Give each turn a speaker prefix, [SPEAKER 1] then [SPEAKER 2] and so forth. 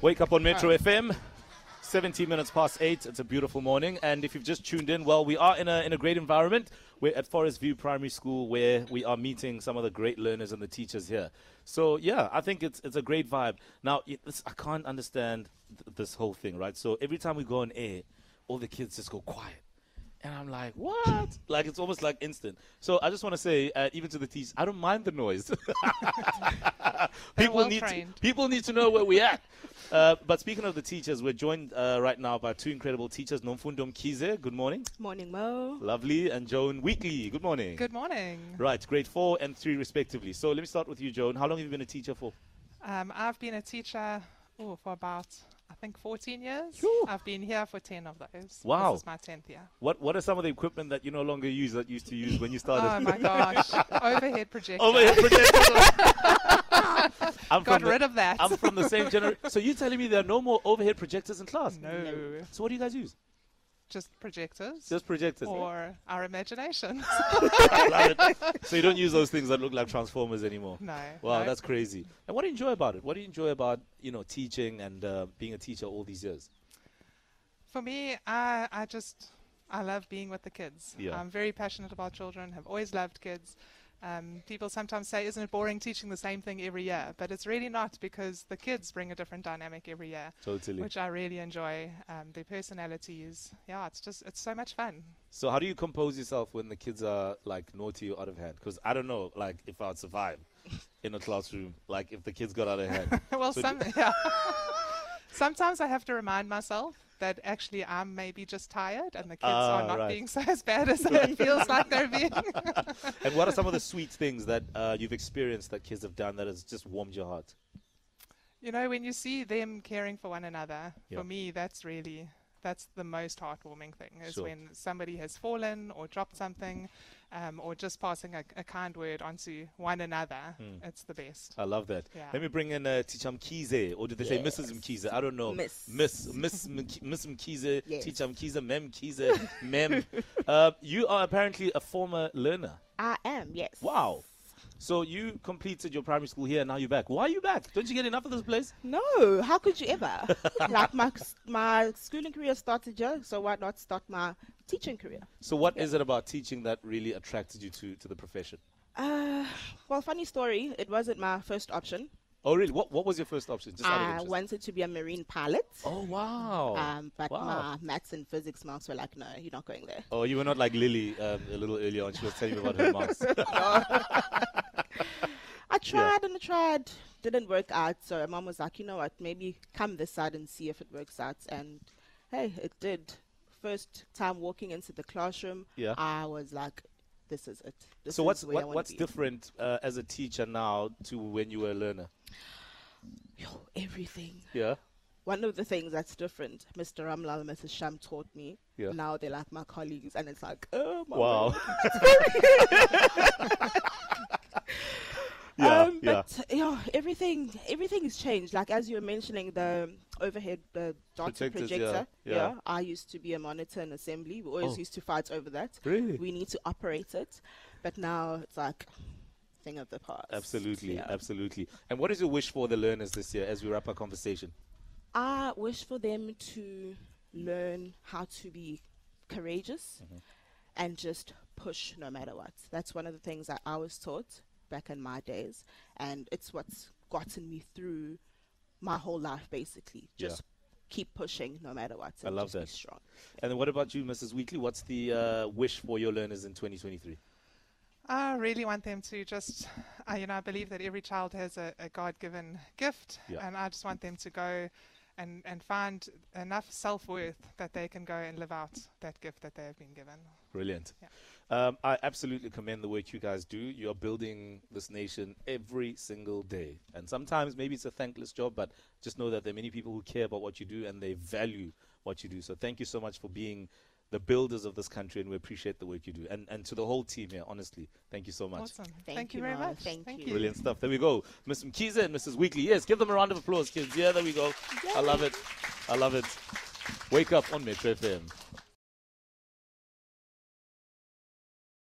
[SPEAKER 1] Wake up on Metro FM. 17 minutes past 8. It's a beautiful morning. And if you've just tuned in, well, we are in a, in a great environment. We're at Forest View Primary School where we are meeting some of the great learners and the teachers here. So, yeah, I think it's, it's a great vibe. Now, it- it's, I can't understand th- this whole thing, right? So, every time we go on air, all the kids just go quiet. And I'm like, what? Like, it's almost like instant. So I just want to say, uh, even to the teachers, I don't mind the noise. people
[SPEAKER 2] well
[SPEAKER 1] need to,
[SPEAKER 2] trained.
[SPEAKER 1] people need to know where we're at. Uh, but speaking of the teachers, we're joined uh, right now by two incredible teachers, Nomfundom Kize, good morning.
[SPEAKER 3] Morning, Mo.
[SPEAKER 1] Lovely. And Joan Weekly, good morning.
[SPEAKER 2] Good morning.
[SPEAKER 1] Right, grade four and three respectively. So let me start with you, Joan. How long have you been a teacher for?
[SPEAKER 2] Um, I've been a teacher oh, for about, I think, 14 years.
[SPEAKER 1] Phew.
[SPEAKER 2] I've been here for 10 of those.
[SPEAKER 1] Wow.
[SPEAKER 2] This is my 10th year.
[SPEAKER 1] What What are some of the equipment that you no longer use that you used to use when you started?
[SPEAKER 2] Oh my gosh. Overhead projector.
[SPEAKER 1] Overhead projectors. I'm
[SPEAKER 2] Oh, Got
[SPEAKER 1] from the-
[SPEAKER 2] rid of that.
[SPEAKER 1] I'm from the same generation. So you're telling me there are no more overhead projectors in class?
[SPEAKER 2] no.
[SPEAKER 1] So what do you guys use?
[SPEAKER 2] Just projectors.
[SPEAKER 1] Just projectors.
[SPEAKER 2] or our imaginations.
[SPEAKER 1] I love it. So you don't use those things that look like transformers anymore.
[SPEAKER 2] no.
[SPEAKER 1] Wow,
[SPEAKER 2] no.
[SPEAKER 1] that's crazy. And what do you enjoy about it? What do you enjoy about you know teaching and uh, being a teacher all these years?
[SPEAKER 2] For me, I, I just I love being with the kids.
[SPEAKER 1] Yeah.
[SPEAKER 2] I'm very passionate about children. Have always loved kids. Um, people sometimes say, "Isn't it boring teaching the same thing every year?" But it's really not because the kids bring a different dynamic every year,
[SPEAKER 1] Totally.
[SPEAKER 2] which I really enjoy. Um, their personalities. Yeah, it's just it's so much fun.
[SPEAKER 1] So how do you compose yourself when the kids are like naughty or out of hand? Because I don't know, like if I'd survive in a classroom, like if the kids got out of hand.
[SPEAKER 2] well,
[SPEAKER 1] So d-
[SPEAKER 2] some yeah. Sometimes I have to remind myself that actually I'm maybe just tired and the kids
[SPEAKER 1] Ah,
[SPEAKER 2] are not
[SPEAKER 1] right.
[SPEAKER 2] being so as bad as it feels like they're being.
[SPEAKER 1] and what are some of the sweet things that uh, you've experienced that kids have done that has just warmed your heart?
[SPEAKER 2] You know, when you see them caring for one another,
[SPEAKER 1] Yeah.
[SPEAKER 2] for me, that's really that's the most heartwarming thing is
[SPEAKER 1] Sure.
[SPEAKER 2] when somebody has fallen or dropped something, um, or just passing a, a kind word onto one another.
[SPEAKER 1] Hmm.
[SPEAKER 2] It's the best.
[SPEAKER 1] I love that.
[SPEAKER 2] Yeah.
[SPEAKER 1] Let me bring in uh, Teacher Mkize, or did they say Mrs. Mkize? I don't know.
[SPEAKER 3] Miss.
[SPEAKER 1] Miss Miss Mk- Miss Mkize,
[SPEAKER 3] Yes.
[SPEAKER 1] Teacher Mkize, Mem Mkize, Mem. uh, you are apparently a former learner.
[SPEAKER 3] I am, yes.
[SPEAKER 1] Wow. So you completed your primary school here, and now you're back. Why are you back? Don't you get enough of this place?
[SPEAKER 3] No, how could you ever? like my my schooling career started young, so why not start my teaching career?
[SPEAKER 1] So what is it about teaching that really attracted you to, to the profession?
[SPEAKER 3] Uh, well, funny story. It wasn't my first option.
[SPEAKER 1] Oh really? What what was your first option? Just out of
[SPEAKER 3] I
[SPEAKER 1] interest.
[SPEAKER 3] wanted to be a marine pilot,
[SPEAKER 1] Oh wow.
[SPEAKER 3] um, but
[SPEAKER 1] wow.
[SPEAKER 3] my maths and physics marks were like, no, you're not going there.
[SPEAKER 1] Oh, you were not like Lily um, a little earlier on. She was telling me about her marks.
[SPEAKER 3] I tried and I tried, didn't work out. So my mom was like, you know what? Maybe come this side and see if it works out. And hey, it did. First time walking into the classroom,
[SPEAKER 1] Yeah.
[SPEAKER 3] I was like, this is it. This
[SPEAKER 1] so
[SPEAKER 3] is
[SPEAKER 1] what's
[SPEAKER 3] where I
[SPEAKER 1] what,
[SPEAKER 3] wanna
[SPEAKER 1] what's
[SPEAKER 3] be.
[SPEAKER 1] different uh, as a teacher now to when you were a learner?
[SPEAKER 3] Yo, everything.
[SPEAKER 1] Yeah.
[SPEAKER 3] One of the things that's different, Mr. Ramlal and Mrs. Sham taught me.
[SPEAKER 1] Yeah.
[SPEAKER 3] Now they're like my colleagues, and it's like, oh my
[SPEAKER 1] Wow.
[SPEAKER 3] word.
[SPEAKER 1] yeah.
[SPEAKER 3] um,
[SPEAKER 1] yeah.
[SPEAKER 3] But yeah, everything everything has changed. Like as you were mentioning, the overhead uh, doctor
[SPEAKER 1] Projectors, yeah,
[SPEAKER 3] projector.
[SPEAKER 1] yeah.
[SPEAKER 3] I used to be a monitor in assembly. We always
[SPEAKER 1] Oh.
[SPEAKER 3] used to fight over that.
[SPEAKER 1] Really?
[SPEAKER 3] We need to operate it, but now it's like thing of the past.
[SPEAKER 1] Absolutely,
[SPEAKER 3] Yeah.
[SPEAKER 1] absolutely. And what is your wish for the learners this year as we wrap our conversation?
[SPEAKER 3] I wish for them to learn how to be courageous
[SPEAKER 1] Mm-hmm.
[SPEAKER 3] and just push no matter what. That's one of the things that I was taught back in my days, and it's what's gotten me through my whole life basically.
[SPEAKER 1] Yeah.
[SPEAKER 3] Just keep pushing no matter what.
[SPEAKER 1] I
[SPEAKER 3] and
[SPEAKER 1] love
[SPEAKER 3] just be
[SPEAKER 1] that.
[SPEAKER 3] strong.
[SPEAKER 1] And then what about you, Mrs. Weekly? What's the uh, wish for your learners in 2023?
[SPEAKER 2] I really want them to just, uh, you know, I believe that every child has a, a God given gift,
[SPEAKER 1] Yeah.
[SPEAKER 2] and I just want them to go and, and find enough self worth that they can go and live out that gift that they have been given.
[SPEAKER 1] Brilliant.
[SPEAKER 2] Yeah.
[SPEAKER 1] Um, I absolutely commend the work you guys do. You are building this nation every single day. And sometimes maybe it's a thankless job, but just know that there are many people who care about what you do and they value what you do. So thank you so much for being the builders of this country and we appreciate the work you do. And and to the whole team here, honestly, thank you so much.
[SPEAKER 2] Awesome.
[SPEAKER 3] Thank
[SPEAKER 2] Thank,
[SPEAKER 3] you,
[SPEAKER 2] you very
[SPEAKER 3] Mara.
[SPEAKER 2] much.
[SPEAKER 3] Thank you.
[SPEAKER 1] Brilliant stuff. There we go. Miss Mkiza and Mrs. Weekly. Yes, give them a round of applause, kids. Yeah, there we go. I love it. I love it. Wake up on Metro FM.